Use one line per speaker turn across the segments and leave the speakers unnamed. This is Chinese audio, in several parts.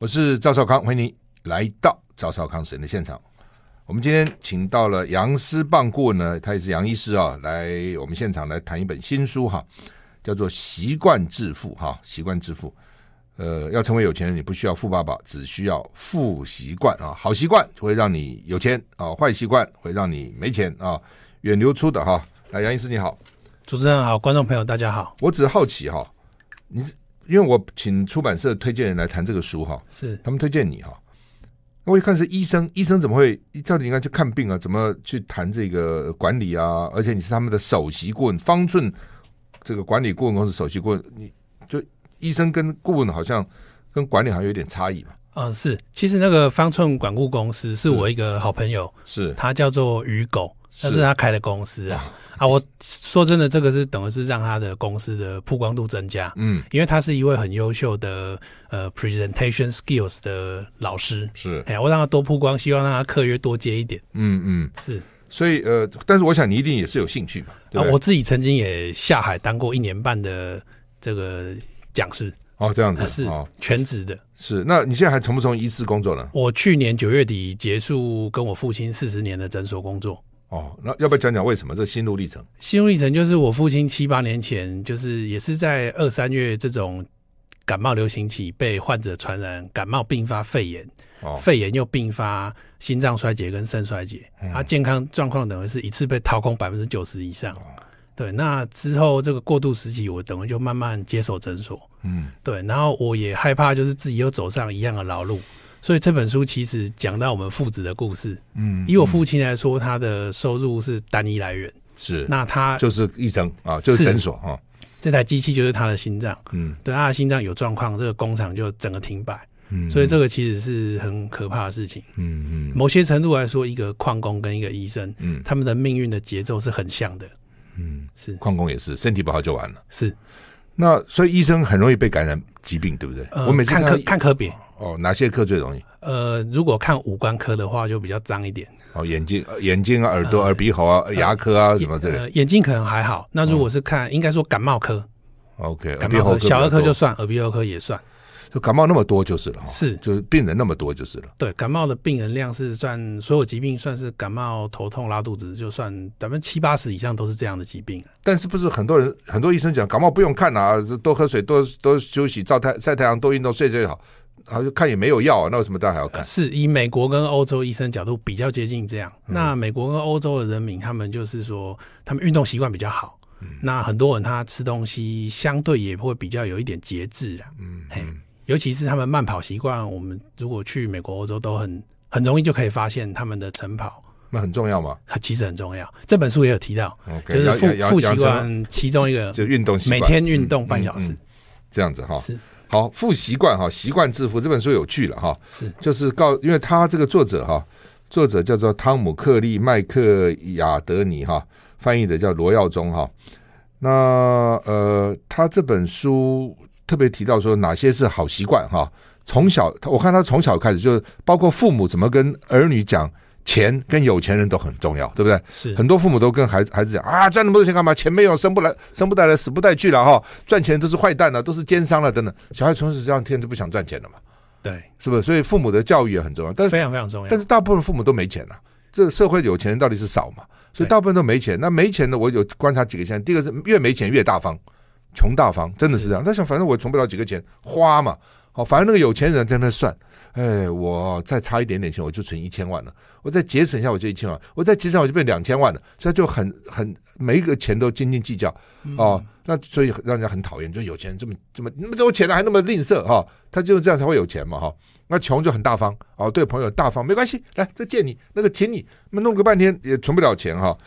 我是赵少康，欢迎您来到赵少康神的现场。我们今天请到了杨思棒过呢，他也是杨医师啊，来我们现场来谈一本新书哈，叫做《习惯致富》哈，《习惯致富》。呃，要成为有钱人，你不需要富爸爸，只需要富习惯啊。好习惯会让你有钱啊，坏习惯会让你没钱啊。远流出的哈，来，杨医师你好，
主持人好，观众朋友大家好，
我只是好奇哈，你因为我请出版社推荐人来谈这个书哈，
是
他们推荐你哈。那我一看是医生，医生怎么会照理应该去看病啊？怎么去谈这个管理啊？而且你是他们的首席顾问，方寸这个管理顾问公司首席顾问，你就医生跟顾问好像跟管理好像有点差异嘛？
嗯、呃是，其实那个方寸管顾公司是
是
我一个好朋友，
是
他叫做鱼狗，那
是
是他开的公司啊啊，我说真的，这个是等于是让他的公司的曝光度增加，
嗯，
因为他是一位很优秀的呃 presentation skills 的老师，
是，
哎呀，我让他多曝光，希望让他课约多接一点，
嗯嗯，
是
所以呃，但是我想你一定也是有兴趣嘛，对
啊
不，对？
我自己曾经也下海当过一年半的这个讲师，
哦，这样
他啊是
子，哦，
全职的。
是。那你现在还从不从医师工作呢？
我去年九月底结束跟我父亲四十年的诊所工作，
哦，那要不要讲讲为什么这心路历程？
心路历程就是我父亲七八年前，就是也是在二三月这种感冒流行期被患者传染感冒并发肺炎，
哦，
肺炎又并发心脏衰竭跟肾衰竭，他、健康状况等于是一次被掏空百分之九十以上。对，那之后这个过渡时期，我等于就慢慢接手诊所，
嗯，
对，然后我也害怕就是自己又走上一样的老路，所以这本书其实讲到我们父子的故事。
嗯，
以我父亲来说，他的收入是单一来源，
是，
那他
就是医生啊，就是
是
诊所啊，
这台机器就是他的心脏，
嗯
对，他的心脏有状况，这个工厂就整个停摆，
嗯，
所以这个其实是很可怕的事情。
嗯嗯
某些程度来说，一个矿工跟一个医生，
嗯
他们的命运的节奏是很像的，
嗯，
是
矿工也是身体不好就完了。
是，
那所以医生很容易被感染疾病，对不对？
呃
我每次
看
看
科
到
看科别，
哦，哪些科最容易？
呃，如果看五官科的话，就比较脏一点。
哦，眼睛、呃眼睛啊、耳朵、耳鼻喉啊、牙科啊什么之类的。
呃，眼睛可能还好。那如果是看，应该说感冒科，
OK，耳
感
鼻
冒
喉
科
科、
小儿科就是算，耳鼻喉科也算。
哦就感冒那么多就是了哈，哦
是
就是病人那么多就是了。
对，感冒的病人量是算所有疾病，算是感冒、头痛、拉肚子，就算百分之七八十以上都是这样的疾病。
但是不是很多人很多医生讲感冒不用看啊，多喝水、多多休息、照太晒太阳、多运动、睡睡好，好像看也没有药啊，那为什么大家还要看？
是以美国跟欧洲医生角度比较接近这样。
嗯
那美国跟欧洲的人民，他们就是说，他们运动习惯比较好。
嗯
那很多人他吃东西相对也会比较有一点节制啦。嗯，尤其是他们慢跑习惯，我们如果去美国、欧洲都很很容易就可以发现他们的晨跑。
那很重要嘛。
它其实很重要，这本书也有提到，就
OK，
是
要
负
要要
负
要
习
这样
惯其中一个，
就运动习惯，
每天运动半小时
嗯嗯嗯这样子哈。
是
好，富习惯哈，习惯致富这本书有趣了哈，
是
就是告，因为他这个作者哈，作者叫做汤姆克利麦克亚德尼哈，翻译的叫罗耀宗哈。那呃，他这本书特别提到说哪些是好习惯哈，从小他我看他从小开始就是包括父母怎么跟儿女讲钱跟有钱人都很重要，对不对？
是
很多父母都跟孩子孩子讲啊，赚那么多钱干嘛？钱没有，生不来，生不带来，死不带去了哈。赚钱都是坏蛋了，都是奸商了，等等。小孩从此这样天就不想赚钱了嘛，
对，
是不是？所以父母的教育也很重要，但是
非常非常重要
但。是大部分父母都没钱了、啊这个社会有钱人到底是少嘛？所以
对
大部分都没钱。那没钱呢，我有观察几个现象，第一个是越没钱越大方，穷大方，真的是这样。他想，反正我存不了几个钱，花嘛。好，反正那个有钱人在那算，哎，我再差一点点钱，我就存一千万了。我再节省一下，我就一千万；我再节省，我就变两千万了。所以他就很很每一个钱都斤斤计较
嗯
哦。那所以让人家很讨厌，就有钱人这么这么那么多钱了、还那么吝啬哈、他就是这样才会有钱嘛哈、哦那穷就很大方哦，对朋友很大方，没关系，来这借你那个请你，那弄个半天也存不了钱哈、哦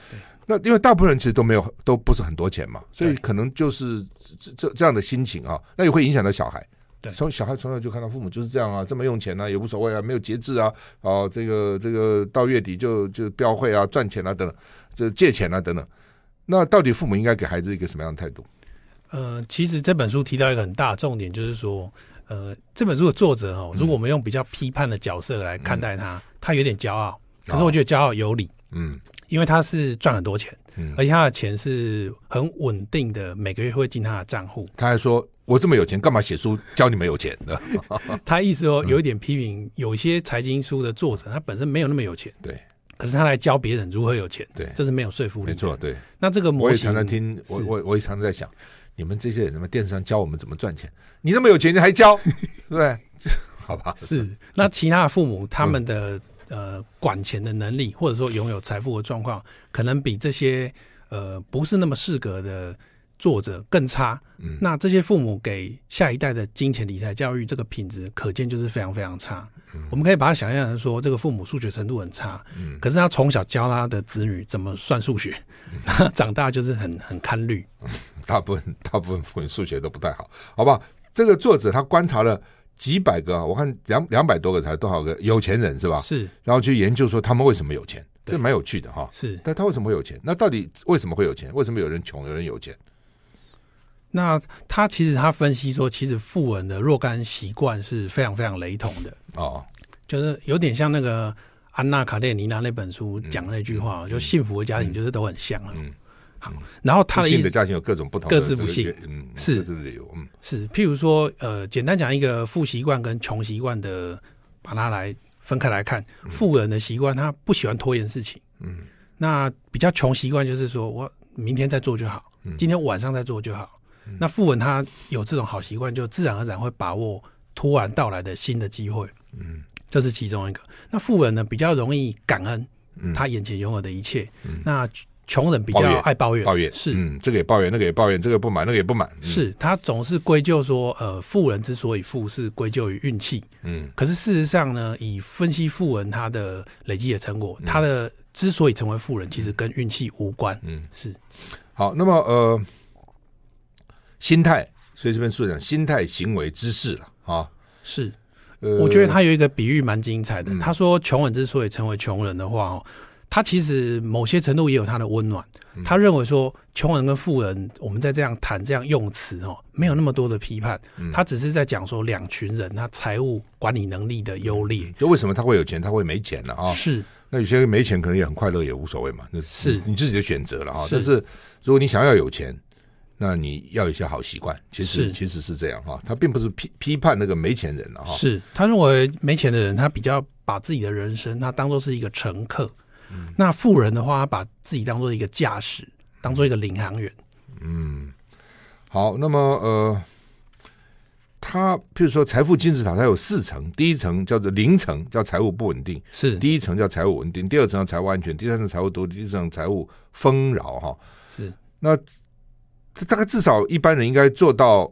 那因为大部分人其实都没有，都不是很多钱嘛，所以
对
可能就是这这这样的心情啊，那也会影响到小孩。
对
从小孩从小就看到父母就是这样啊，这么用钱啊，也无所谓啊，没有节制啊，哦，这个这个到月底就就标会啊，赚钱啊等等，这借钱啊等等。那到底父母应该给孩子一个什么样的态度？
呃，其实这本书提到一个很大的重点，就是说，呃，这本书的作者
嗯
哦，如果我
哦
们用比较批判的角色来看待他，他有点骄傲，可是我觉得骄傲有理。
啊嗯，
因为他是赚很多钱，
嗯
而且他的钱是很稳定的，每个月会进他的账户。
他还说：“我这么有钱，干嘛写书教你们有钱的
他意
嗯
思说有一点批评，有些财经书的作者他本身没有那么有钱，？”
对
可是他来教别人如何有钱，
对，
这是没有说服力。
没错，，对。
那这个模
我也
型
常常听，我
是
我我也常常在想，你们这些人，什么电视上教我们怎么赚钱？你那么有钱，你还教， 对不对？好吧，
是，那其他的父母他们的、呃管钱的能力，或者说拥有财富的状况，可能比这些呃不是那么适格的作者更差。
嗯
那这些父母给下一代的金钱理财教育这个品质，可见就是非常非常差。我们可以把它想象成说，这个父母数学程度很差，
嗯
可是他从小教他的子女怎么算数学，那长大就是很很堪虑。
大部分大部分父母数学都不太好，好不好？这个作者他观察了几百个啊，我看两两百多个才多少个有钱人是吧？
是
然后去研究说他们为什么有钱，
对
这蛮有趣的哈。
是，
但他为什么会有钱？那到底为什么会有钱？为什么有人穷，有人有钱？
那他其实他分析说，其实富人的若干习惯是非常非常雷同的。
哦，
就是有点像那个安娜卡列尼娜那本书讲的那句话，就幸福的家庭就是都很像啊。
嗯
好，然后他
不
的意
幸的
思
家庭有各种不同的
各自不
这个
幸
原，嗯，
是
各自的理由，嗯
是，譬如说，呃，简单讲一个富习惯跟穷习惯的，把它来分开来看。富人的习惯，他不喜欢拖延事情，
嗯，
那比较穷习惯就是说我明天再做就好，
嗯
今天晚上再做就好。那富人他有这种好习惯，就自然而然会把握突然到来的新的机会。
嗯
这是其中一个。那富人呢，比较容易感恩
嗯，
他眼前拥有的一切。
嗯
那穷人比较
抱怨
爱抱怨，
抱怨
是、
嗯，这个也抱怨，那个也抱怨，这个不满，那个也不满，嗯，
是，他总是归咎说，呃，富人之所以富是归咎于运气。
嗯
可是事实上呢，以分析富人他的累积的成果，他的之所以成为富人，其实跟运气无关。
嗯，
是
好，那么呃，心态，所以这边说讲心态、行为、知识了啊。
是，
呃，
我觉得他有一个比喻蛮精彩的
嗯。
他说，穷人之所以成为穷人的话，哦，他其实某些程度也有他的温暖。
嗯
他认为说，穷人跟富人，我们在这样谈这样用词哦，没有那么多的批判，
嗯
他只是在讲说两群人他财务管理能力的优劣。
就为什么他会有钱，他会没钱了啊？
是
那有些人没钱可能也很快乐，也无所谓嘛，那
是
你自己的选择了啊。
是
但是如果你想要有钱，那你要有一些好习惯，其实
是
其实是这样哈、他并不是批批判那个没钱人啊了哈、
是，他认为没钱的人，他比较把自己的人生，他当做是一个乘客；
嗯
那富人的话，他把自己当做一个驾驶，当做一个领航员。
好，那么呃，他譬如说财富金字塔，它有四层，第一层叫做零层，叫财务不稳定。
是
第一层叫财务稳定，第二层叫财务安全，第三层财务独立，第四层财务丰饶哈。
是，
那这大概至少一般人应该做到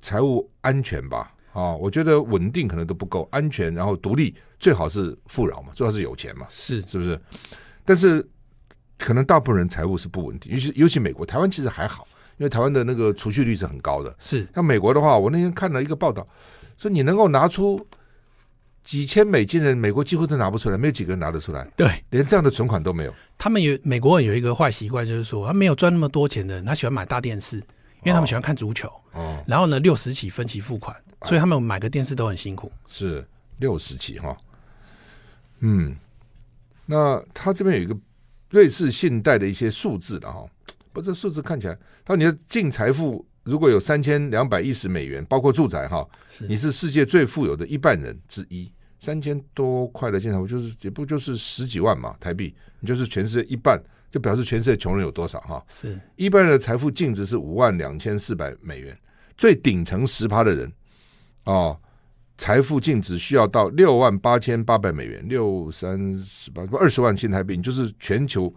财务安全吧？啊，我觉得稳定可能都不够，安全然后独立最好是富饶嘛，最好是有钱嘛，
是
是不是？但是可能大部分人财务是不稳定，尤其尤其美国、台湾其实还好，因为台湾的那个储蓄率是很高的。
是
像美国的话，我那天看了一个报道，说你能够拿出几千美金的人，美国几乎都拿不出来，没有几个人拿得出来，
对。
连这样的存款都没有。
他们有美国人有一个坏习惯，就是说他没有赚那么多钱的人，他喜欢买大电视，因为他们喜欢看足球。
哦，
然后呢，六十起分期付款，所以他们买个电视都很辛苦。
是六十起哈。嗯，那他这边有一个瑞士信贷的一些数字了哈，不，这数字看起来，他说你的净财富如果有三千两百一十美元，包括住宅哈，
是
你是世界最富有的一半人之一，三千多块的净财富就是也不就是十几万嘛台币，你就是全世界一半，就表示全世界穷人有多少哈。
是
一般人的财富净值是五万两千四百美元，最顶层十趴的人，哦，财富净值需要到六万八千八百美元，六三十八二十万新台币，你就是全球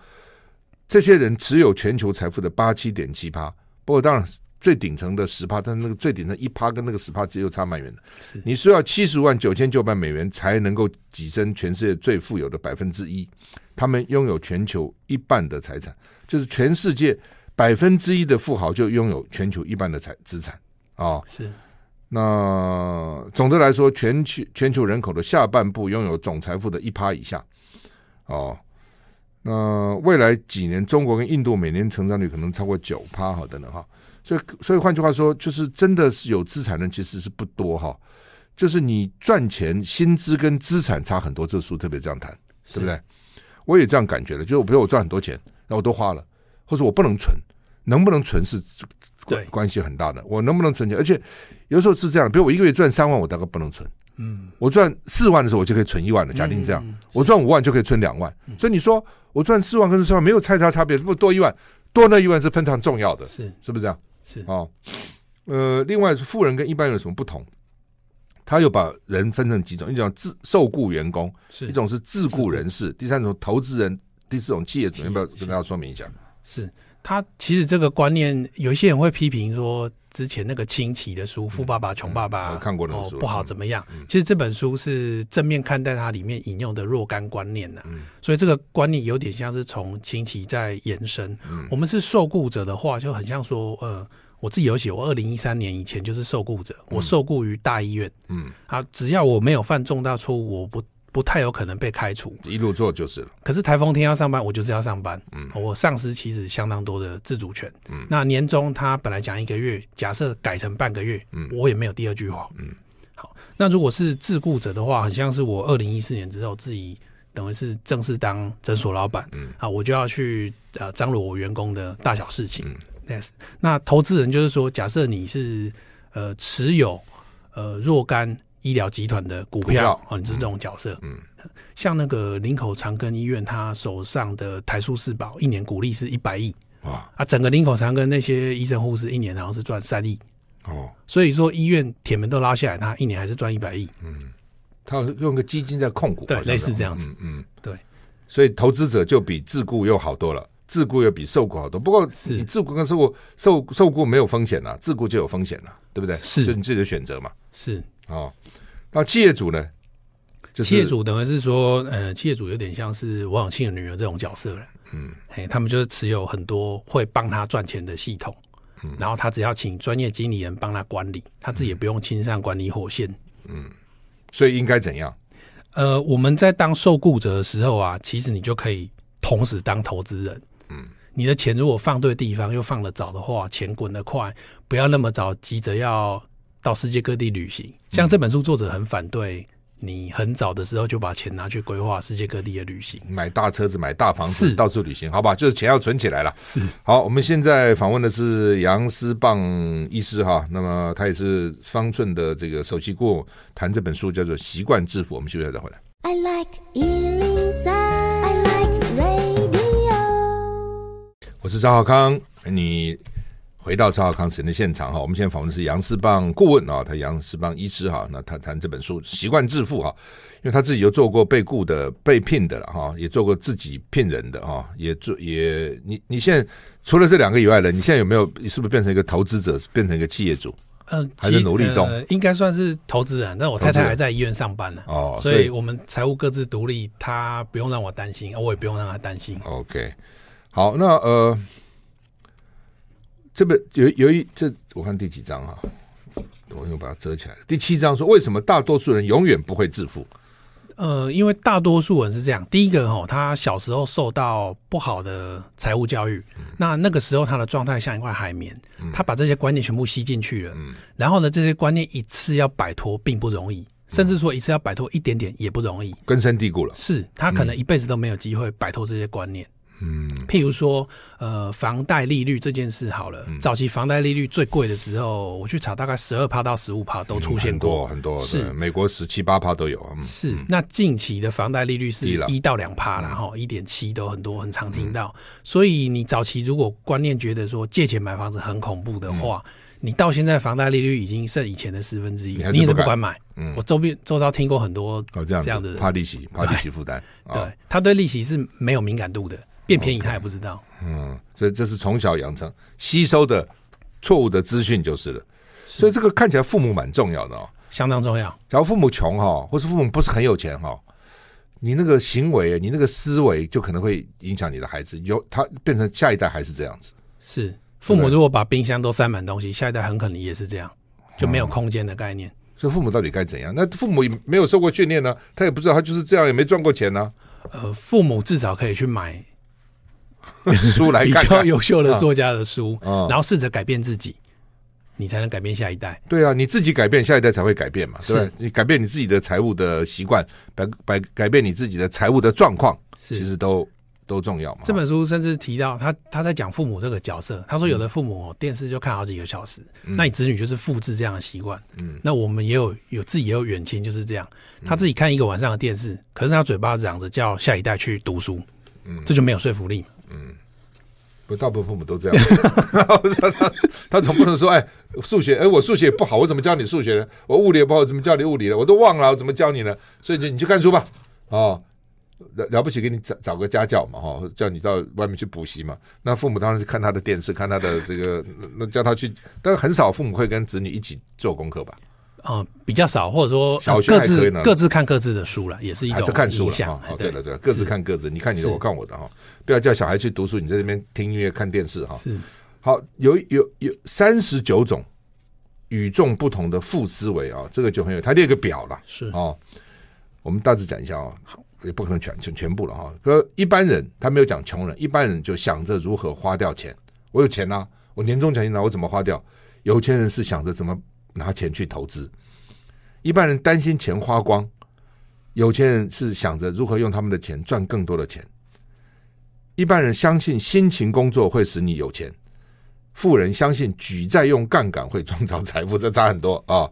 这些人持有全球财富的八七点七趴。不过当然最顶层的十趴，但那个最顶层一趴跟那个十趴只有差蛮远的
是。
你需要七十万九千九百美元才能够跻身全世界最富有的百分之一，他们拥有全球一半的财产，就是全世界百分之一的富豪就拥有全球一半的财资产啊、哦
是
那总的来说，全球全球人口的下半部拥有总财富的一趴以下。哦，那未来几年，中国跟印度每年成长率可能超过九趴哈，等等哈。所以，所以换句话说，就是真的是有资产人其实是不多哈。就是你赚钱、薪资跟资产差很多，这书特别这样谈，对不？对？我也这样感觉了，就是我比如我赚很多钱，然后我都花了，或者我不能存，能不能存是
对
关关系很大的。我能不能存钱？而且有时候是这样，比如我一个月赚三万，我大概不能存。
嗯，
我赚四万的时候，我就可以存一万了。假定这样，
嗯，
我赚五万就可以存两万。所以你说我赚四万跟三万没有太大差别，不多一万，多那一万是非常重要的，
是
是不是这样？
是，
哦，呃，另外是富人跟一般人有什么不同？他又把人分成几种，一种自受雇员工，
是
一种是自雇人士，第三种投资人，第四种企业主。
企业
要不要跟大家说明一下？
是他其实这个观念，有一些人会批评说，之前那个清奇的书《富爸爸穷爸爸》
嗯我看过那本
哦
书
不好
嗯
怎么样？其实这本书是正面看待它里面引用的若干观念呐、
嗯
所以这个观念有点像是从清奇在延伸。
嗯
我们是受雇者的话，就很像说，呃，我自己有写，我二零一三年以前就是受雇者，我受雇于大医院
嗯，
啊，只要我没有犯重大错误，我不不太有可能被开除。
一路做就是了。
可是台风天要上班，我就是要上班。
嗯
我丧失其实相当多的自主权。
嗯
那年终他本来讲一个月，假设改成半个月，
嗯
我也没有第二句话。
嗯，
好，那如果是自雇者的话，很像是我二零一四年之后自己等于是正式当诊所老板。
嗯
啊，我就要去呃张罗我员工的大小事情。
嗯
Yes，那投资人就是说，假设你是呃持有呃若干医疗集团的股
股
票
票，
哦，你是这种角色。
嗯
像那个林口长庚医院，他手上的台塑四宝一年股利是一百亿
哇
啊，整个林口长庚那些医生护士一年好像是赚三亿，
哦，
所以说医院铁门都拉下来，他一年还是赚一百亿。
他用个基金在控股，
对
好像是
类似这样子。
嗯嗯，
对。
所以投资者就比自雇又好多了，自雇又比受雇好多。不过
是
你自雇跟受雇受受雇没有风险啊，自雇就有风险了、对不对？
是
就你自己的选择嘛。
是，
哦，那企业主呢？就是
企业主等于是说，呃，企业主有点像是王永庆的女儿这种角色了。
嗯，
哎，他们就是持有很多会帮他赚钱的系统，
嗯
然后他只要请专业经理人帮他管理，他自己也不用亲上管理火线。
所以应该怎样？
呃，我们在当受雇者的时候啊，其实你就可以同时当投资人。
嗯，
你的钱如果放对地方又放得早的话，钱滚得快，不要那么早急着要到世界各地旅
嗯
行。像这本书作者很反对你很早的时候就把钱拿去规划世界各地的旅行。
买大车子，买大房子，
是
到处旅行，好吧？就是钱要存起来了。
是
好，我们现在访问的是杨思棒医师哈，那么他也是方寸的这个首席顾问，谈这本书叫做《习惯致富》。我们休息一下再回来。
I like Ealing Sound. I like radio.
我是赵浩康，你回到赵浩康神的现场哈。我们现在访问的是杨世棒顾问啊，他杨世棒医师哈，那他谈这本书《习惯致富》哈，因为他自己又做过被雇的、被聘的了哈，也做过自己聘人的哈，也做也你你现在除了这两个以外呢，你现在有没有是不是变成一个投资者，变成一个企业主
嗯，
还在
其实
努力中
呃应该算是投资人。但我太
投资
太
人
还在医院上班呢、
哦？
所以我们财务各自独立，她不用让我担心，啊我也不用让她担心。
OK，好，那呃，这本有有一这我看第几章啊？我又把它遮起来了。第七章说为什么大多数人永远不会致富？
呃，因为大多数人是这样，第一个哈、他小时候受到不好的财务教育，
嗯
那那个时候他的状态像一块海绵，他把这些观念全部吸进去了，
嗯
然后呢，这些观念一次要摆脱并不容易，甚至说一次要摆脱一点点也不容易，
根深蒂固了。
是他可能一辈子都没有机会摆脱这些观念。
嗯
譬如说，呃，房贷利率这件事好了，
嗯
早期房贷利率最贵的时候，我去查，大概十二趴到十五趴都出现
很
过。
多很多，
是
对美国十七八趴都有。嗯
是，那近期的房贷利率是
低了嗯
一到两趴然后一点七都很多，很常听到。所以你早期如果观念觉得说借钱买房子很恐怖的话，你到现在房贷利率已经剩以前的十分之一
嗯你还，是
你也是
不
不
敢
敢买。
嗯
我周边周遭听过很多
哦，这样
这样的
子，
人
怕利息，怕利息负担。啊
对，他对利息是没有敏感度的，变便宜他也不知道。
嗯，所以这是从小养成吸收的错误的资讯就是了。所以这个看起来父母蛮重要的哦。
相当重要，
假如父母穷哈，或是父母不是很有钱哈，你那个行为、你那个思维就可能会影响你的孩子，有他变成下一代还是这样子。
是父母
对
如果把冰箱都塞满东西，下一代很可能也是这样，就
嗯
没有空间的概念。
所以父母到底该怎样？那父母也没有受过训练呢、他也不知道，他就是这样，也没赚过钱呢、
呃，父母至少可以去买
书来
比
看
较
看。
优秀的作家的书，
嗯
然后试着改变自己。你才能改变下一代。
对啊，你自己改变，下一代才会改变嘛，对吧
是
你改变你自己的财务的习惯，改改改变你自己的财务的状况，
是
其实都都重要嘛。
这本书甚至提到他他在讲父母这个角色，他说有的父母、哦、电视就看好几个小时，那你子女就是复制这样的习惯。
嗯
那我们也有有自己也有远亲就是这样，他自己看一个晚上的电视，可是他嘴巴嚷着叫下一代去读书，
嗯
这就没有说服力嘛。
不，大部分父母都这样。 他他他总不能说，哎，数学，哎，我数学不好，我怎么教你数学呢？我物理也不好，我怎么教你物理呢？我都忘了，我怎么教你呢？所以你就你去看书吧，哦，了了不起，给你找找个家教嘛，哈、哦，叫你到外面去补习嘛。那父母当然是看他的电视，看他的这个，那那叫他去，但很少父母会跟子女一起做功课吧？
啊、比较少，或者说、呃
小学
各
还可以
自
呢
各自看各自的书了，也是一
还
种
是看书
影
了
响哎
哈、哦。对
对
了对了，各自看各自，你看你的，
是
我看我的哈、不要叫小孩去读书，你在这边听音乐、看电视哈、
是
好，有有有三十九种与众不同的负思维啊、这个就很有，他列个表了
是
哦。我们大致讲一下哦，也不可能全全全部了哈、啊可一般人他没有讲穷人，一般人就想着如何花掉钱。我有钱啦、啊我年终奖金拿，我怎么花掉？有钱人是想着怎么拿钱去投资，一般人担心钱花光，有钱人是想着如何用他们的钱赚更多的钱。一般人相信辛勤工作会使你有钱，富人相信举债用杠杆会创造财富，这差很多啊、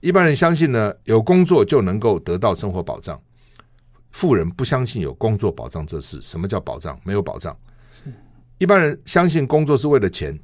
一般人相信呢，有工作就能够得到生活保障，富人不相信有工作保障这事。什么叫保障？没有保障。一般人相信工作是为了钱，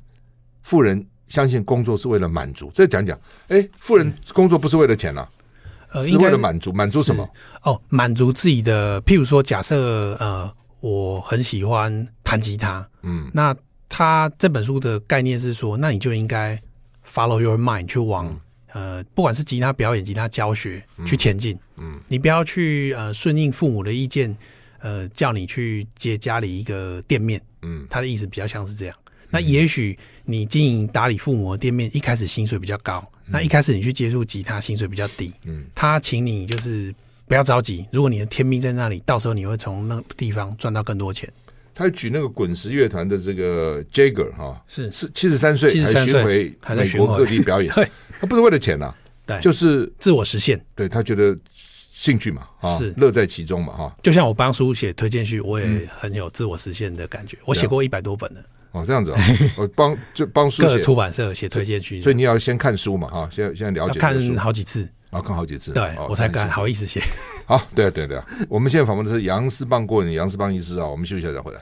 富人相信工作是为了满足。这讲讲，哎，富人工作不是为了钱啦、啊
呃，
是
应该
为了
是
满足，满足什么？
哦，满足自己的，譬如说，假设呃，我很喜欢弹吉他，
嗯，
那他这本书的概念是说，那你就应该 follow your mind 去往、呃，不管是吉他表演、吉他教学去前进，
嗯嗯
你不要去呃顺应父母的意见，呃，叫你去接家里一个店面，
嗯，
他的意思比较像是这样。那也许你经营打理父母的店面，一开始薪水比较高，那一开始你去接触吉他，薪水比较低，
嗯，
他请你就是不要着急，如果你的天命在那里，到时候你会从那个地方赚到更多钱。
他举那个滚石乐团的这个 Jagger 哈、
是
是七十三岁
73
还巡
岁
回
还在
美
巡
国各
回，
地表演
对
他不是为了钱呐、
对，
就
就
是
自我实现。
对他觉得兴趣嘛，啊
是，
乐在其中嘛，哈、
就像我帮书写推荐序，我
嗯
也很有自我实现的感觉。我
啊
写过一百多本的，
哦，这样 子啊，我帮就帮书
各
写，
出版社写推荐序，
所以你要先看书嘛，哈、先先了
要
解这
看
个书，
好几次，
啊，看好几次，
对
哦
我才
看
敢
一下
好意思写。
好，对啊，对啊对啊，我们现在访问的是杨思棒过人，杨思棒医师啊，我们休息一下再回来。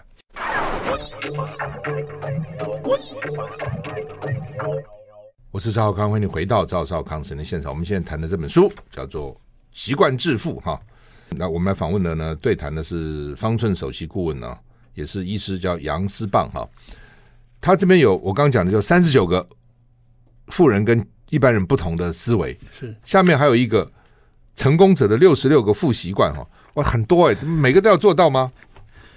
我是赵少康，欢迎你回到赵少康神的现场。我们现在谈的这本书叫做《习惯致富》哈。那我们来访问的呢，对谈的是方寸首席顾问呢、也是医师，叫杨思棒哈。他这边有我刚刚讲的，就三十九个富人跟一般人不同的思维，
是
下面还有一个成功者的六十六个负习惯哈，哇，很多哎、每个都要做到吗？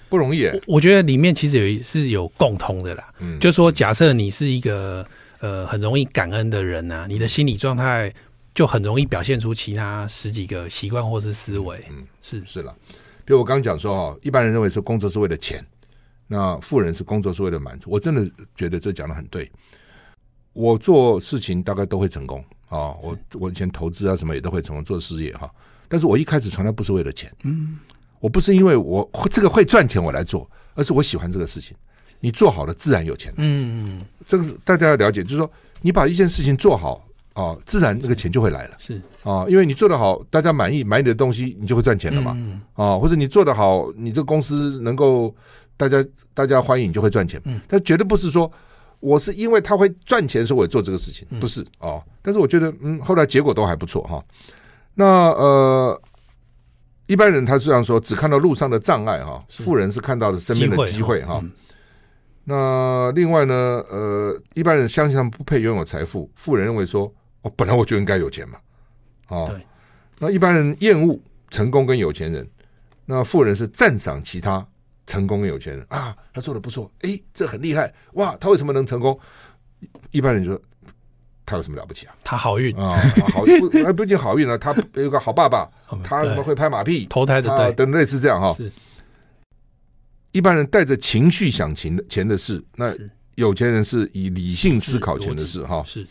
不容易哎、
我觉得里面其实有一是有共通的啦，
嗯，
就说假设你是一个呃很容易感恩的人呐、你的心理状态就很容易表现出其他十几个习惯或是思维。
嗯
是
是了。比如我刚刚讲说哦，一般人认为说工作是为了钱，那富人是工作是为了满足。我真的觉得这讲的很对。我做事情大概都会成功啊、哦，我我以前投资啊什么也都会成功，做事业哈、但是我一开始从来不是为了钱，嗯，我不是因为我会这个会赚钱我来做，而是我喜欢这个事情。你做好了，自然有钱。
嗯，
这个是大家要了解，就是说你把一件事情做好哦，自然那个钱就会来了
是
哦，因为你做得好，大家满意，买你的东西，你就会赚钱了嘛
嗯
哦，或者你做得好，你这个公司能够大家大家欢迎，你就会赚钱
嗯。
但绝对不是说我是因为他会赚钱，所以我做这个事情，
嗯
不是哦。但是我觉得，嗯，后来结果都还不错哈、那呃。一般人他虽然说只看到路上的障碍哈，
是
富人是看到了身边的机会哈。
嗯
那另外呢，呃，一般人相信他们不配拥有财富，富人认为说，哦，本来我就应该有钱嘛，哦
对，
那一般人厌恶成功跟有钱人，那富人是赞赏其他成功跟有钱人啊，他做的不错，诶，这很厉害，哇，他为什么能成功？一般人就说他有什么了不起啊？
他好运，
啊，好，不哎不仅好运了、他有个好爸爸，
嗯
他什么
对
会拍马屁，
投胎的
他哦
对，
等类似这样哈、
是
一般人带着情绪想钱的钱的事，那
是
有钱人是以理性思考钱的事哈。
是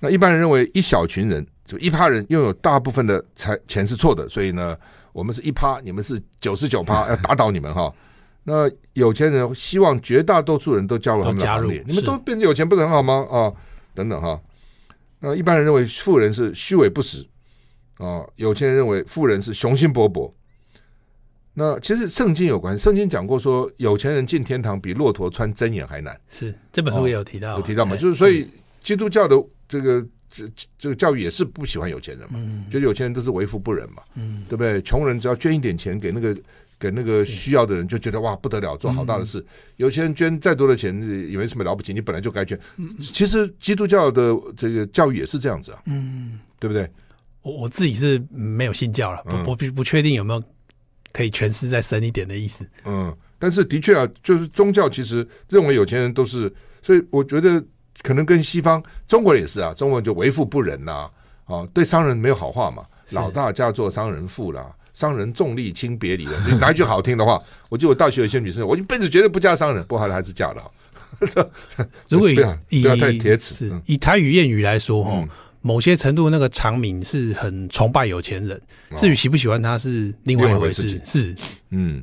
那一般人认为一小群人，就一趴人拥有大部分的财钱是错的，所以呢，我们是一趴，你们是九十九趴，要打倒你们哈。那有钱人希望绝大多数人都加入他们的行列，
都加入
你们
是
都变成有钱不是很好吗？啊，等等哈。那一般人认为富人是虚伪不实，啊，有钱人认为富人是雄心勃勃。那其实圣经有关，圣经讲过说，有钱人进天堂比骆驼穿针眼还难。
是这本书也有提到啊，
哦有提到嘛，
对
就是所以基督教的这个这这个教育也是不喜欢有钱人嘛，
嗯
觉得有钱人都是为富不仁嘛，
嗯
对不对？穷人只要捐一点钱给那个给那个需要的人，就觉得哇不得了，做好大的
嗯
事。有钱人捐再多的钱也没什么了不起，你本来就该捐。其实基督教的这个教育也是这样子啊，
嗯，
对不对？
我我自己是没有信教了，
嗯
不不不确定有没有可以诠释再深一点的意思。
嗯，但是的确啊，就是宗教其实认为有钱人都是，所以我觉得可能跟西方中国人也是啊，中国人就为富不仁呐、啊，对商人没有好话嘛，
是
老大家做商人富啦。商人重利轻别离了，你拿一句好听的话， 我记得我大学有些女生，我一辈子绝对不嫁商人，不好的还是嫁了啊。
如果以
不要
以
不要太铁齿
是
嗯
以台语谚语来说，哈、
嗯
某些程度那个长敏是很崇拜有钱人，至于喜不喜欢他是另外一回
哦另外一
事
回。
是，
嗯，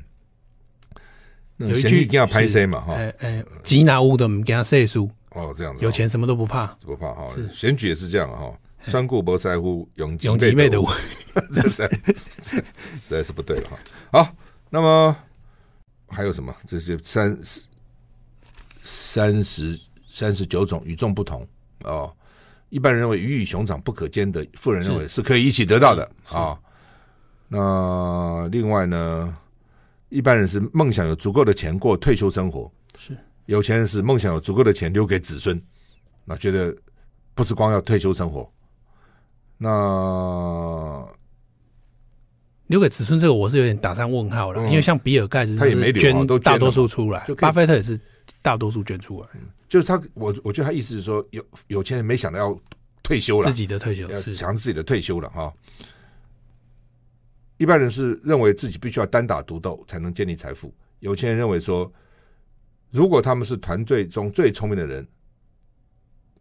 那
有一
贤
句
弟一定要拍
是
C 嘛哈，
哎哎，吉拿乌的唔给他说书，
哦这样子啊，
有钱什么都不怕，
不怕哈
是，哎
选举也是这样啊哈，酸固不在乎，永
永吉妹的
我。
我，
这实在实在是不对了哈。好，那么还有什么？这就三三十三十九种与众不同哦。一般人认为鱼与熊掌不可兼得，富人认为是可以一起得到的
是
啊、那另外呢，一般人是梦想有足够的钱过退休生活，
是
有钱人是梦想有足够的钱留给子孙，那觉得不是光要退休生活。那
留给子孙这个我是有点打上问号了，
嗯
因为像比尔盖茨
他也没留啊
捐
都捐了嘛
大多数出来
就可，以
巴菲特也是大多数捐出来，
就是他，我我觉得他意思是说，有有钱人没想到要退休了
自，己的退休
要
是
想自己的退休了哈。一般人是认为自己必须要单打独斗才能建立财富，有钱人认为说，如果他们是团队中最聪明的人，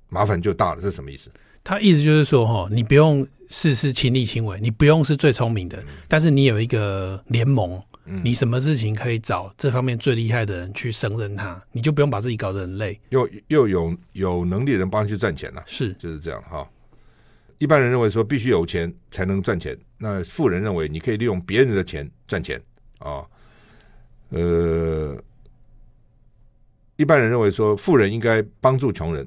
麻烦就大了，这是什么意思？
他意思就是说，哈，你不用事事亲力亲为，你不用是最聪明
嗯
的，但是你有一个联盟，你什么事情可以找这方面最厉害的人去胜任他，你就不用把自己搞得很累。
又又有有能力的人帮他去赚钱了、
是
就是这样哈。一般人认为说必须有钱才能赚钱，那富人认为你可以利用别人的钱赚钱啊、呃，一般人认为说富人应该帮助穷人，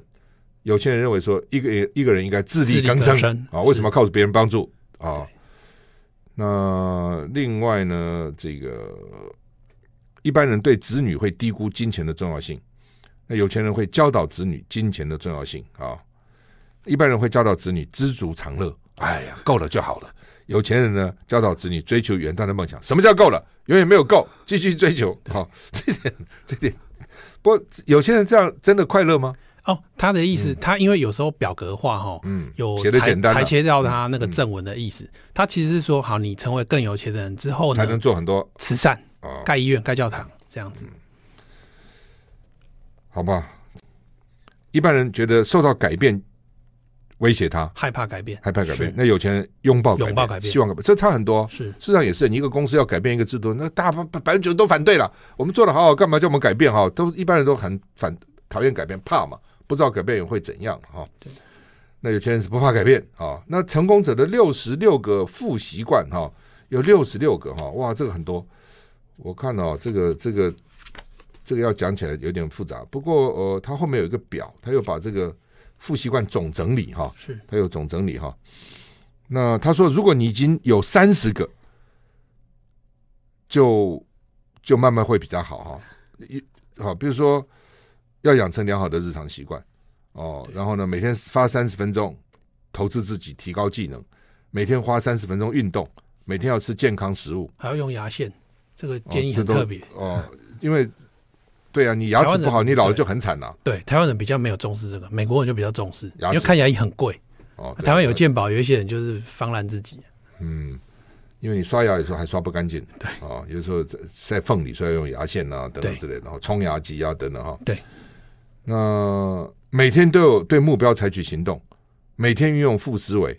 有钱人认为说一个一个人应该自
自
力
力
更
更生
生啊，为什么
是
要靠着别人帮助啊？那另外呢，这个一般人对子女会低估金钱的重要性，那有钱人会教导子女金钱的重要性啊。一般人会教导子女知足常乐，哎呀，够了就好了。有钱人呢，教导子女追求远大的梦想。什么叫够了？永远没有够，继续追求。好、这点这点，不过有些人这样真的快乐吗？
哦，他的意思，他因为有时候表格化，哈，
嗯，
有
写的简单嗯
裁
了，
切掉他那个正文的意思，他其实是说，好，你成为更有钱的人之后
才
呢
能，做很多
慈善、
啊、
盖医院、盖教堂这样
嗯
子。
好吧？一般人觉得受到改变威胁他，
害怕改变，
害怕改变
是。
那有钱人拥抱改变，
拥抱改变
希望改变，这差很多。
是
市场也是，你一个公司要改变一个制度，那大部百分之九都反对了。我们做的好好，干嘛叫我们改变哈？都一般人都很反讨厌改变，怕嘛，不知道改变会怎样哈。那有些人是不怕改变啊。那成功者的六十六个负习惯哈，有六十六个哈，哇，这个很多。我看哦，这个这个这个要讲起来有点复杂，不过呃，它后面有一个表，它又把这个负习惯总整理哈。
是，
他有总整理哈。那他说，如果你已经有三十个，就就慢慢会比较好哈。一好，比如说要养成良好的日常习惯哦，然后呢，每天花三十分钟投资自己，提高技能；每天花三十分钟运动，每天要吃健康食物。
还要用牙线，这个
哦
建议
这
很
都
特别。
哦，因为对啊，你牙齿不
台
好，
湾人
你老了
对
就很惨了、
对，台湾人比较没有重视这个，美国人就比较重视，
牙
因为
齿
看牙医很贵。
哦，对啊
台湾有健保，有一些人就是放烂自己。
嗯，因为你刷牙有时候还刷不干净，对啊，有时候在在缝里，所以要用牙线啊等等
对
之类的，然后冲牙机啊等等哈。
对，
那每天都有对目标采取行动，每天运用负思维，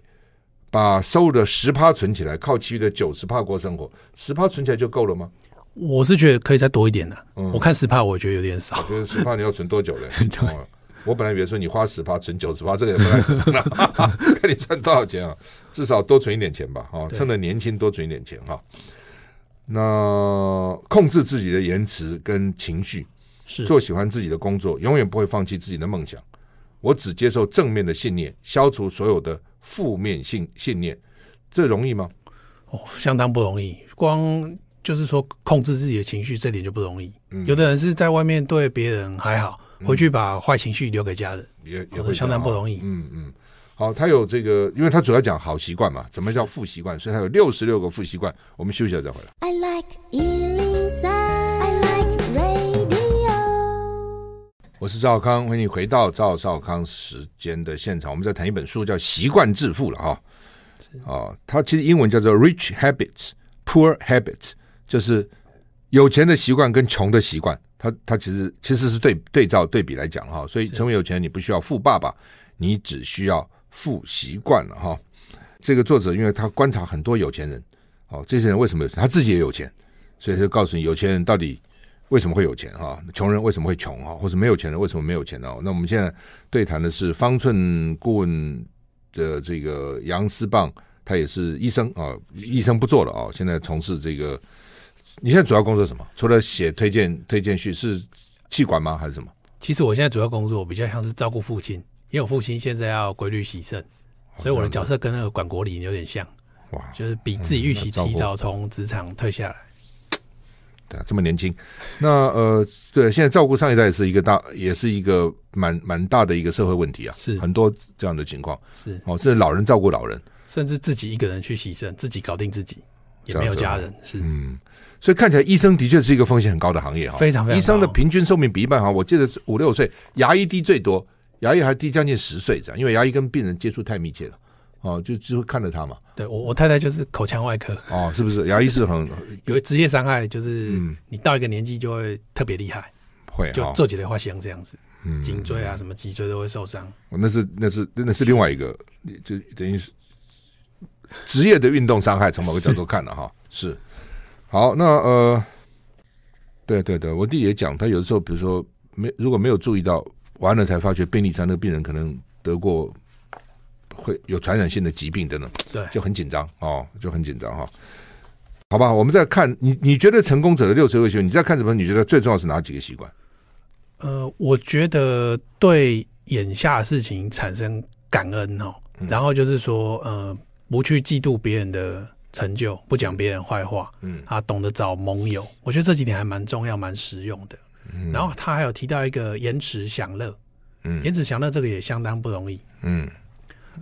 把收入的十趴存起来，靠其余的九十趴过生活，十趴存起来就够了吗？
我是觉得可以再多一点的、啊
嗯
我看十趴，我觉得有点少。
就是十趴你要存多久 嘞？哦我本来以为说你花十趴存九十趴，这个也不太可能 啊， 看你赚多少钱啊，至少多存一点钱吧，哦，
对
趁着年轻多存一点钱哈、那控制自己的言辞跟情绪，
是，
做喜欢自己的工作，永远不会放弃自己的梦想。我只接受正面的信念，消除所有的负面信信念，这容易吗？
哦，相当不容易。光就是说控制自己的情绪，这点就不容易。
嗯
有的人是在外面对别人还好，回去把坏情绪留给家人，
也也
哦
会
相当不容
易。
易。
嗯嗯，好，他有这个，因为他主要讲好习惯嘛，怎么叫负习惯，所以他有六十六个负习惯。我们休息一下再回来。
I like Ealing Sound. I like radio.
我是赵康，欢迎你回到赵少康时间的现场。我们在谈一本书叫《习惯致富》了哈、哦。它其实英文叫做《Rich Habits, Poor Habits》，就是有钱的习惯跟穷的习惯，它它其实其实是对对照对比来讲哈、所以成为有钱人，你不需要富爸爸，你只需要富习惯了哈、这个作者因为他观察很多有钱人，哦，这些人为什么有钱？他自己也有钱，所以他就告诉你有钱人到底为什么会有钱哈、穷人为什么会穷哈、或者没有钱人为什么没有钱呢、那我们现在对谈的是方寸顾问的这个杨思棒，他也是医生啊、医生不做了啊、现在从事这个。你现在主要工作是什么？除了写推荐推荐序是气管吗？还是什么？
其实我现在主要工作比较像是照顾父亲，因为我父亲现在要规律洗肾，
哦
所以我的角色跟那个管国林有点像，
嗯哇，
就是比自己预
嗯
期
那照顾
提早从职场退下来。
对啊，这么年轻。那呃，对，现在照顾上一代是一个大，也是一个蛮蛮大的一个社会问题啊，
是
很多这样的情况
是，
哦，是老人照顾老人，
甚至自己一个人去洗肾，自己搞定自己，
这
也
样
没有
子哦
家人。是，
嗯，所以看起来医生的确是一个风险很高的行业哈、
非常非常高
医生的平均寿命比一般行，我记得五六岁，牙医低最多，牙医还低将近十岁这样，因为牙医跟病人接触太密切了，哦，就就会看着他嘛，
对我我太太就是口腔外科，
哦，是不是？牙医是很
有职业伤害，就是
嗯
你到一个年纪就会特别厉害，
会
就
哈，
做几类花香这样子，
嗯
颈椎啊什么脊椎都会受伤。
哦那是那是那是另外一个，就等于是职业的运动伤害，从某个角度看了 哈，是好那呃，对对对，我弟也讲，他有的时候比如说没如果没有注意到，完了才发觉便利商那个病人可能得过会有传染性的疾病等等，
对
就很紧张哦，就很紧张哈。好吧，我们再看你，你觉得成功者的六十个习惯，你在看什么？你觉得最重要是哪几个习惯？
呃，我觉得对眼下的事情产生感恩哦，
嗯
然后就是说，呃，不去嫉妒别人的成就，不讲别人坏话，
嗯
啊，懂得找盟友，我觉得这几点还蛮重要、蛮实用的。然后他还有提到一个延迟享乐，
嗯
延迟享乐这个也相当不容易。
嗯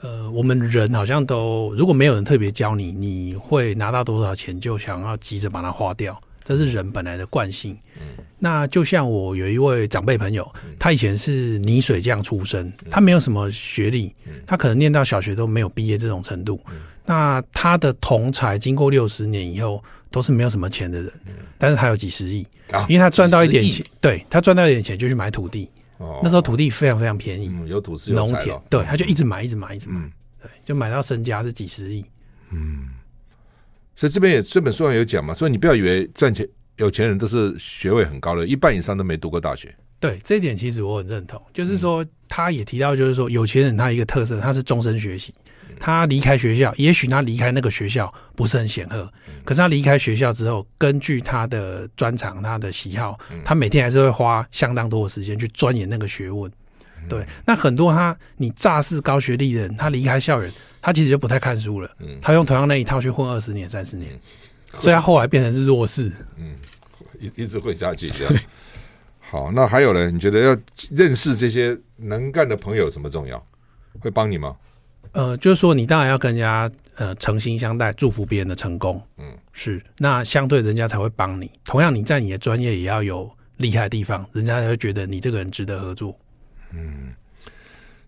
呃，我们人好像都，如果没有人特别教你，你会拿到多少钱就想要急着把它花掉，这是人本来的惯性。
嗯
那就像我有一位长辈朋友，他以前是泥水匠出身，
嗯
他没有什么学历，他可能念到小学都没有毕业这种程度。
嗯
那他的同才经过六十年以后都是没有什么钱的人，但是他有几十亿，
啊
因为他赚到一
嗯
点
几十亿
钱，对他赚到一点钱就去买土地，
哦
那时候土地非常非常便宜，
嗯有土司有
农
财
田
了，
对，他就一直买，一直买，一直买，
嗯
对，就买到身家是几十亿，
所以这边也这本书上有讲嘛，说你不要以为赚钱有钱人都是学位很高的，一半以上都没读过大学。
对，这一点其实我很认同，就是说他也提到，就是说有钱人他一个特色，他是终身学习，他离开学校，也许他离开那个学校不是很显赫，可是他离开学校之后，根据他的专长、他的喜好，他每天还是会花相当多的时间去钻研那个学问。对，那很多他你乍是高学历的人，他离开校园，他其实就不太看书了，他用同样那一套去混二十年、三十年，所以他后来变成是弱势。
一一直混下去 这样。好，那还有呢？你觉得要认识这些能干的朋友有什么重要？会帮你吗？
呃，就是说你当然要跟人家呃诚心相待，祝福别人的成功，
嗯，
是，那相对人家才会帮你。同样，你在你的专业也要有厉害的地方，人家才会觉得你这个人值得合作。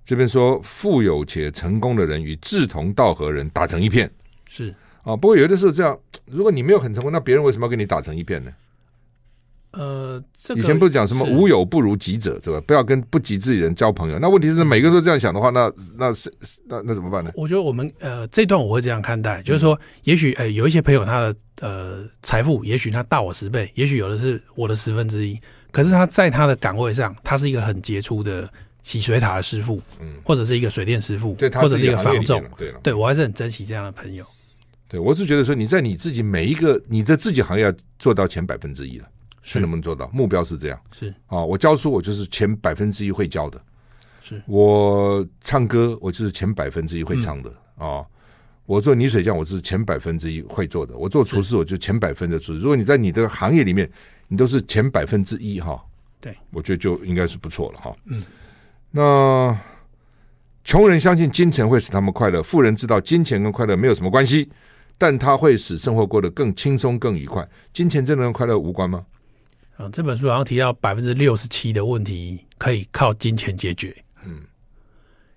这边说，富有且成功的人与志同道合人打成一片
是，
啊。不过有的时候这样，如果你没有很成功，那别人为什么要跟你打成一片呢？
呃，这个
以前不是讲什么
是
无友不如己者，是吧？不要跟不及自己的人交朋友。那问题是，每个人都这样想的话，那那是那那怎么办呢？
我觉得我们呃这段我会这样看待，就
嗯
是说，也许呃有一些朋友他的呃财富，也许他大我十倍，也许有的是我的十分之一，可是他在他的岗位上，他是一个很杰出的洗水塔的师傅，
嗯，
或者是一个水电师傅，
这他
或者
自
是
己
一个
的行业
房
里
仲
面，了，对了，
对我还是很珍惜这样的朋友。
对我是觉得说，你在你自己每一个你的自己行业要做到前百分之一了，
是
看能不能做到？目标是这样
是
啊。我教书，我就是前百分之一会教的；
是
我唱歌，我就是前百分之一会唱的
嗯
啊。我做泥水匠，我是前百分之一会做的；我做厨师，我就前百分之厨师。如果你在你的行业里面，你都是前百分之一哈，
对，
我觉得就应该是不错了哈。
嗯，
那穷人相信金钱会使他们快乐，富人知道金钱跟快乐没有什么关系，但它会使生活过得更轻松、更愉快。金钱真的跟快乐无关吗？
啊、这本书好像提到百分之六十七的问题可以靠金钱解决。
嗯，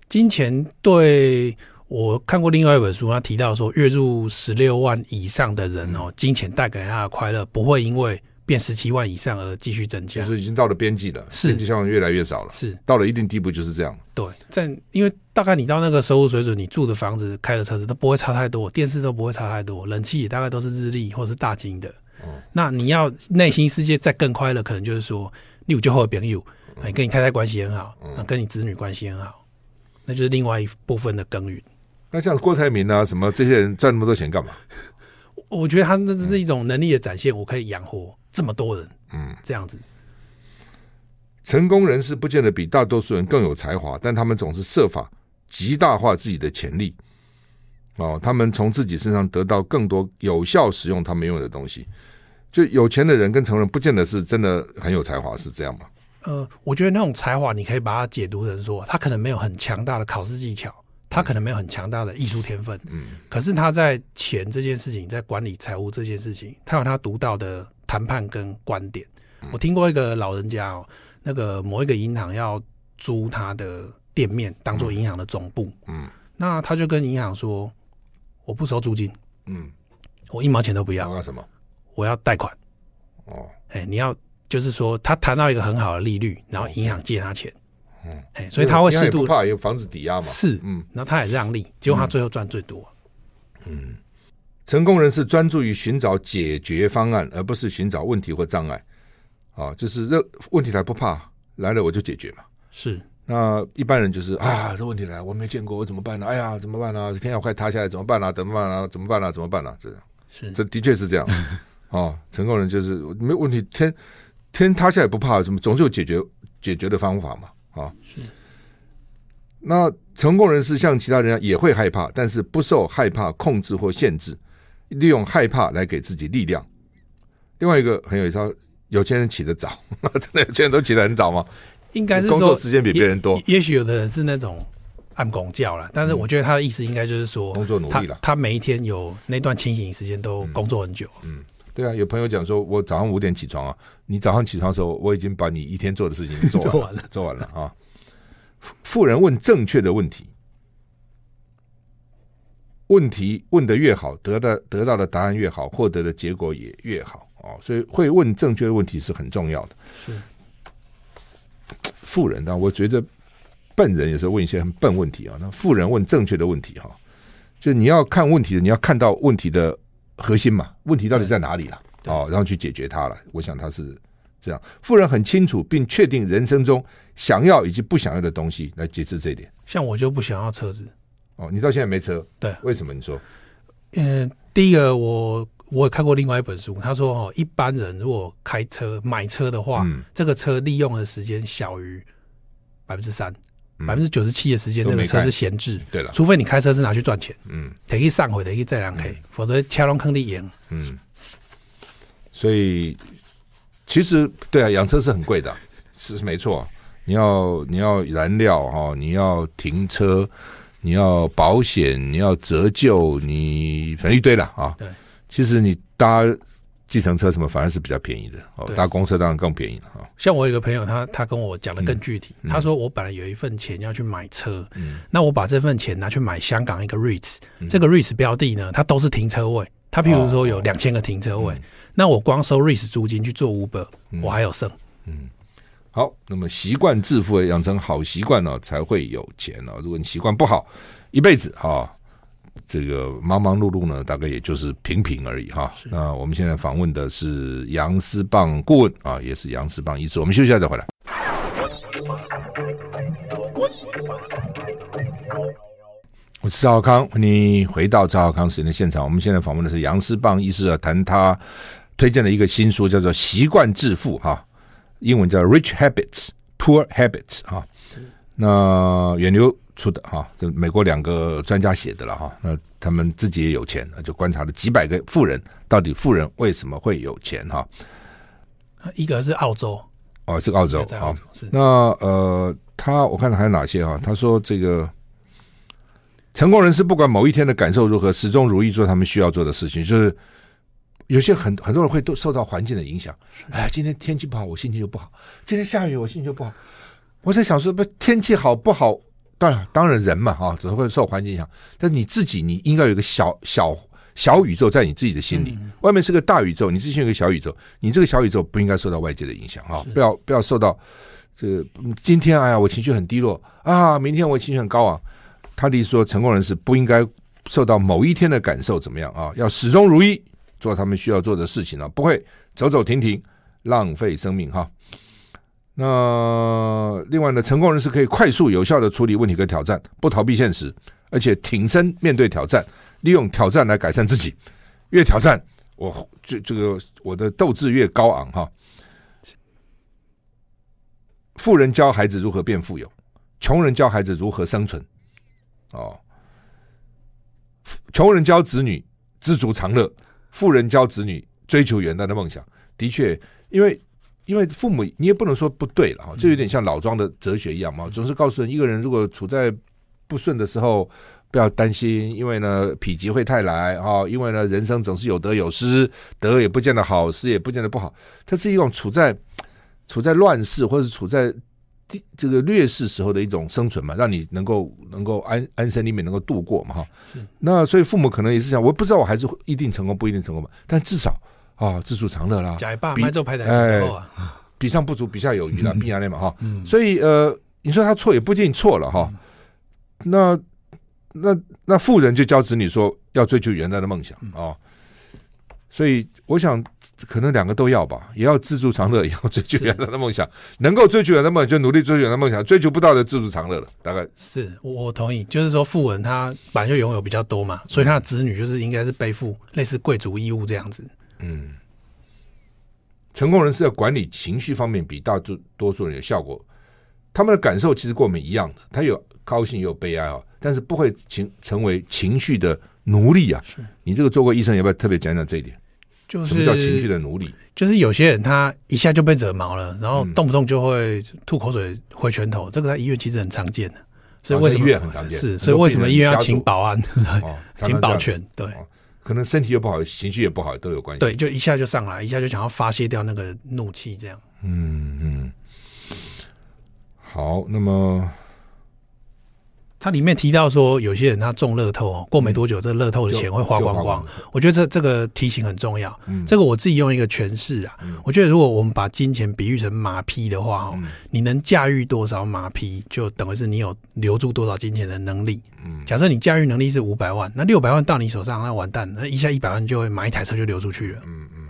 金钱对我看过另外一本书，他提到说，月入十六万以上的人哦，金钱带给他的快乐不会因为变十七万以上而继续增
就
加。
是已经到了边际了，
是
经济效应越来越少了，
是
到了一定地步就是这样。
对，在因为大概你到那个收入水准，你住的房子、开的车子都不会差太多，电视都不会差太多，冷气也大概都是日立或是大金的。
哦
那你要内心世界再更快乐，可能就是说，你有就好的朋友，你跟你太太关系很好，那跟你子女关系很好，那就是另外一部分的耕耘。
那像郭台铭啊，什么这些人赚那么多钱干嘛？
我我觉得他那这是一种能力的展现，我可以养活这么多人，
嗯，
这样子。
成功人士不见得比大多数人更有才华，但他们总是设法极大化自己的潜力。哦，他们从自己身上得到更多有效使用他们拥有的东西。就有钱的人跟穷人不见得是真的很有才华，是这样吗？
呃，我觉得那种才华，你可以把它解读成说，他可能没有很强大的考试技巧，他可能没有很强大的艺术天分，
嗯，
可是他在钱这件事情，在管理财务这件事情，他有他独到的谈判跟观点。
嗯
我听过一个老人家哦，那个某一个银行要租他的店面当做银行的总部，
嗯，
那他就跟银行说，我不收租金，
嗯，
我一毛钱都不
要
要，
干什么？
我要贷款。
哦，
哎，你要就是说他谈到一个很好的利率，然后银行借他钱，
嗯，
哎，所以他会
因为
适
也不
度
怕有房子抵押嘛。
是，
嗯，
然后他也让利，结果他最后赚最多。
成功人士专注于寻找解决方案，而不是寻找问题或障碍。啊，就是任问题来不怕，来了我就解决嘛。
是
那一般人就是啊，这问题来了，我没见过，我怎么办呢、哎呀，怎么办呢、天要快塌下来，怎么办呢、怎么办呢、怎么办呢、怎么办呢、这样，
是
这的确是这样。哦，成功人就是没有问题，天天塌下来不怕，什么总是有解决解决的方法嘛。啊、
是
那成功人士像其他人一样也会害怕，但是不受害怕控制或限制，利用害怕来给自己力量。另外一个很有一套，有钱人起得早， 真的有钱人都起得很早吗？
应该是
工
说
作时间比别人多嗯
也，也许有的人是那种按拱教了，但是我觉得他的意思应该就是说，
工作努
他
力了。嗯
他每一天有那段清醒时间都工作很久，
对啊，有朋友讲说，我早上五点起床啊，你早上起床的时候，我已经把你一天做的事情做完了，
做完了
做完了啊。富富人问正确的问题，问题问得越好，得到得到的答案越好，获得的结果也越好哦。所以会问正确的问题是很重要的。
是
富人呢、我觉得笨人有时候问一些很笨问题啊，那富人问正确的问题哈、就你要看问题的，你要看到问题的核心嘛，问题到底在哪里了、
对
哦，然后去解决它了。我想他是这样，富人很清楚并确定人生中想要以及不想要的东西来解释这一点。
像我就不想要车子，
哦，你到现在没车，
对
为什么？你说
嗯、第一个我我也看过另外一本书，他说哦，一般人如果开车买车的话，
嗯
这个车利用的时间小于百分之三，
嗯
百分之九十七的时间
都
那
没
个车
开嗯
是闲置，
对了，
除非你开车是拿去赚钱，
嗯
得去上回，得去再两 K，、否则敲龙坑的赢。
嗯，所以其实对啊，养车是很贵的，是是没错。啊你要你要燃料哈、哦，你要停车，你要保险，你要折旧，你反正一堆了啊。
对，
其实你搭计程车什么反而是比较便宜的哦，
对
搭公车当然更便宜了哦哈。
像我有一个朋友，他他跟我讲的更具体，
嗯嗯
他说我本来有一份钱要去买车，
嗯，
那我把这份钱拿去买香港一个 REITs，、
嗯
这个 REITs 标的呢，它都是停车位，它譬如说有
哦
两千个停车位，
嗯
那我光收 REITs 租金去做 Uber，、
嗯
我还有剩。
好，那么习惯致富，养成好习惯呢、才会有钱哦。如果你习惯不好，一辈子哈、这个忙忙碌碌呢，大概也就是平平而已哈、那我们现在访问的是杨思棒顾问啊，也是杨思棒医师。我们休息一下再回来。我是赵少康，你回到赵少康时间的现场。我们现在访问的是杨思棒医师啊，谈他推荐的一个新书，叫做《习惯致富》哈、英文叫 Rich Habits, Poor Habits 啊。那远流出的哈、这美国两个专家写的了哈、那他们自己也有钱，那就观察了几百个富人，到底富人为什么会有钱哈、
一个是澳洲，
哦，是澳洲
在
啊、
澳洲是
那呃，他我看还有哪些哈、他说这个成功人士不管某一天的感受如何，始终如一做他们需要做的事情，就是有些很很多人会都受到环境的影响。哎，今天天气不好，我心情就不好；今天下雨，我心情就不好。我在想说，不天气好不好？当然，当然人嘛啊，总会受环境影响。但是你自己，你应该有一个小小小宇宙在你自己的心里。外面是个大宇宙，你自己有一个小宇宙，你这个小宇宙不应该受到外界的影响啊！不要不要受到这个嗯今天哎呀，我情绪很低落啊，明天我情绪很高昂。他的意思说，成功人士不应该受到某一天的感受怎么样啊，要始终如一做他们需要做的事情啊，不会走走停停，浪费生命哈。那另外呢，成功人士可以快速有效的处理问题跟挑战，不逃避现实，而且挺身面对挑战，利用挑战来改善自己。越挑战，我这这个我的斗志越高昂哈。富人教孩子如何变富有，穷人教孩子如何生存。哦，穷人教子女知足常乐，富人教子女追求远大的梦想。的确，因为因为父母你也不能说不对了哈，这有点像老庄的哲学一样嘛，总是告诉人一个人如果处在不顺的时候。不要担心，因为呢，否极会泰来啊、因为呢，人生总是有得有失，得也不见得好，失也不见得不好。它是一种处在处在乱世或者处在低这个劣势时候的一种生存嘛，让你能够能够安安身立命，能够度过嘛哈
是。
那所以父母可能也是想，我不知道我孩子会一定成功不一定成功嘛，但至少啊、知足常乐啦，
假一爸
比哎
卖做拍台之后啊，
比上不足，比下有余啦，必然的嘛哈。
嗯，
所以呃，你说他错也不一定错了哈。
嗯
那那那富人就教子女说要追求原来的梦想
嗯
哦。所以我想，可能两个都要吧，也要自助常乐，也要追求
是
原来的梦想。能够追求原来的梦想，就努力追求原来的梦想；追求不到的，自助常乐了。大概
是我我同意，就是说富人他本来就拥有比较多嘛，所以他的子女就是应该是背负类似贵族义务这样子。
嗯，成功人士在管理情绪方面比大多多数人有效果，他们的感受其实跟我们一样的，他有高兴也有悲哀啊、但是不会情成为情绪的奴隶啊。
是
你这个做过医生，要不要特别讲讲这一点？
就
什么
是
叫情绪的奴隶？
就是有些人他一下就被惹毛了，然后
嗯
动不动就会吐口水、挥拳头，这个在医院其实很常见的。所以为什
哦在
么
医院很常见
是，
很多
所以为什么医院
病人家
要
属
请保安、
哦，常常
请
这
保
样，
全？对
可能身体又不好，情绪也不好，都有关系。
对，就一下就上来，一下就想要发泄掉那个怒气，这样。
嗯嗯。好，那么
它里面提到说，有些人他中乐透哦，过没多久，这乐透的
就
钱会花
就
光
花
光
光。
我觉得这这个提醒很重要。
嗯
这个我自己用一个诠释啊，
嗯
我觉得如果我们把金钱比喻成马匹的话哦，
嗯
你能驾驭多少马匹，就等于是你有留住多少金钱的能力。
嗯
假设你驾驭能力是五百万，那六百万到你手上，那完蛋了，那一下一百万就会买一台车就流出去了。
嗯嗯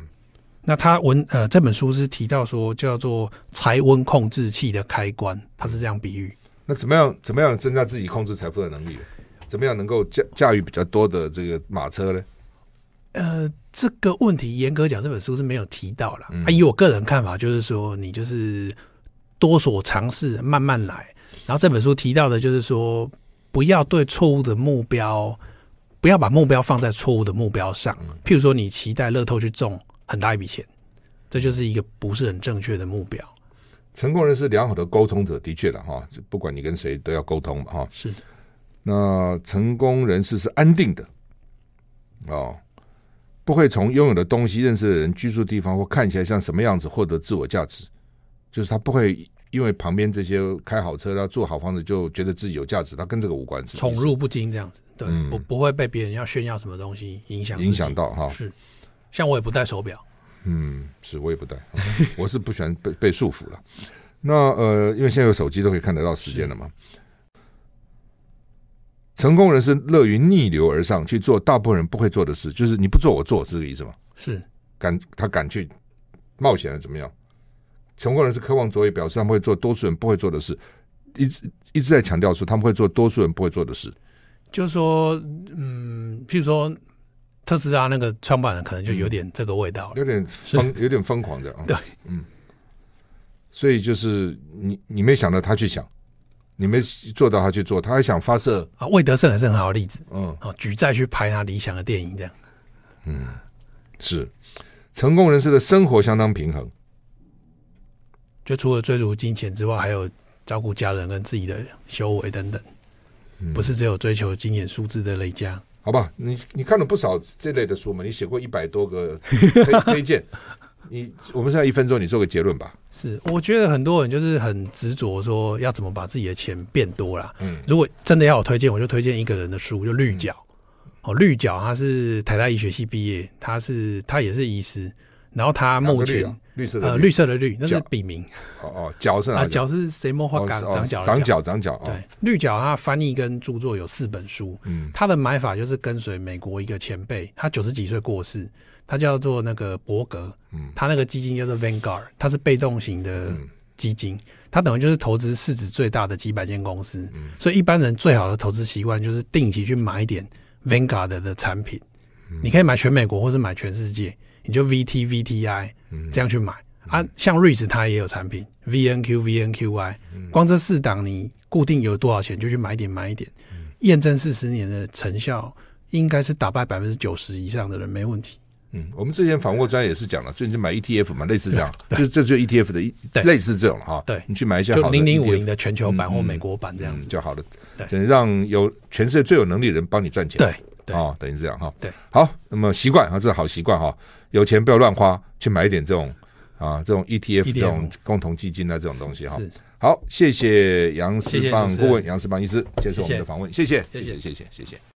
那他文呃这本书是提到说叫做财温控制器的开关，它是这样比喻。
那怎么样怎么样增加自己控制财富的能力呢？怎么样能够驾驾驭比较多的这个马车呢？
呃，这个问题严格讲，这本书是没有提到啦。
嗯
啊，以我个人看法，就是说你就是多所尝试，慢慢来。然后这本书提到的就是说，不要对错误的目标，不要把目标放在错误的目标上。
嗯
譬如说，你期待乐透去中很大一笔钱，这就是一个不是很正确的目标。
成功人士良好的沟通者，的确了哈，就不管你跟谁都要沟通嘛哈。
是
那成功人士是安定的哦，不会从拥有的东西、认识的人、居住地方或看起来像什么样子获得自我价值，就是他不会因为旁边这些开好车啦、住好房子就觉得自己有价值，他跟这个无关，是不
宠
是
辱不惊这样子，对，
嗯
不不会被别人要炫耀什么东西影响自己
影响到哈。
是，像我也不戴手表，
嗯，是我也不戴， 我是不喜欢被被束缚了。那呃，因为现在有手机都可以看得到时间了嘛。成功人是乐于逆流而上去做大部分人不会做的事，就是你不做我做，是这个意思吗？
是
敢他敢去冒险了，怎么样？成功人是渴望卓越，表示他们会做多数人不会做的事，一直一直在强调说他们会做多数人不会做的事。
就是说，嗯，譬如说特斯拉那个创办人可能就有点这个味道了，
有点疯，有点疯狂的啊。
对，
嗯，所以就是你你没想到他去想，你没做到他去做，他还想发射，
啊，魏德胜也是很好的例子
嗯，
啊，举债去拍他理想的电影这样，
是成功人士的生活相当平衡，
就除了追逐金钱之外，还有照顾家人跟自己的修为等
嗯
等，不是只有追求金钱数字的累加。
好吧？你你看了不少这类的书嘛，你写过一百多个 推推荐，你我们现在一分钟，你做个结论吧。
是，我觉得很多人就是很执着说要怎么把自己的钱变多啦。
嗯
如果真的要我推荐，我就推荐一个人的书，就绿角。
嗯
哦，绿角他是台大医学系毕业，他是他也是医师，然后他
哪个
目
绿
前、
啊绿色的
呃绿色的绿那是
角
笔名
哦哦，脚是哪
啊，
个角？
角是谁莫花
哦
岗
是哦
长角的
长
角。
角长角，哦
对，，绿角他翻译跟著作有四本书，
嗯
他的买法就是跟随美国一个前辈，他九十几岁过世，他叫做那个伯格，
嗯
他那个基金叫做 Vanguard，它是被动型的基金，它等于就是投资市值最大的几百间公司，
嗯
所以一般人最好的投资习惯就是定期去买一点 Vanguard 的的产品，你可以买全美国或是买全世界，你就 VT、VTI
嗯
这样去买。啊，像瑞 i 它也有产品 VNQ、VNQI，光
嗯
这四档你固定有多少钱就去买一点买一点，
嗯
验证四十年的成效应该是打败百分之九十以上的人没问题。
嗯，我们之前访问专家也是讲了，最近买 ETF 嘛，类似这 样，就是这就是 ETF 的一
对
类似这种了哈。
对
你去买一些
就
好的
零零五
ETF
零的全球版
嗯
或
嗯
美国版这样
嗯
子。
就好了，
对
等让有全世界最有能力的人帮你赚钱。
对对
哦，等于这样哈。
对，
好，那么习惯啊，这是好习惯哈，有钱不要乱花，去买一点这种啊这种 ETF
ETF
这种共同基金啊这种东西哈。
E 是，
好，谢谢杨
谢
思
谢
棒
主持
顾
人
问杨思棒医师接受我们的访问，谢谢，
谢谢
谢谢，谢谢，谢谢。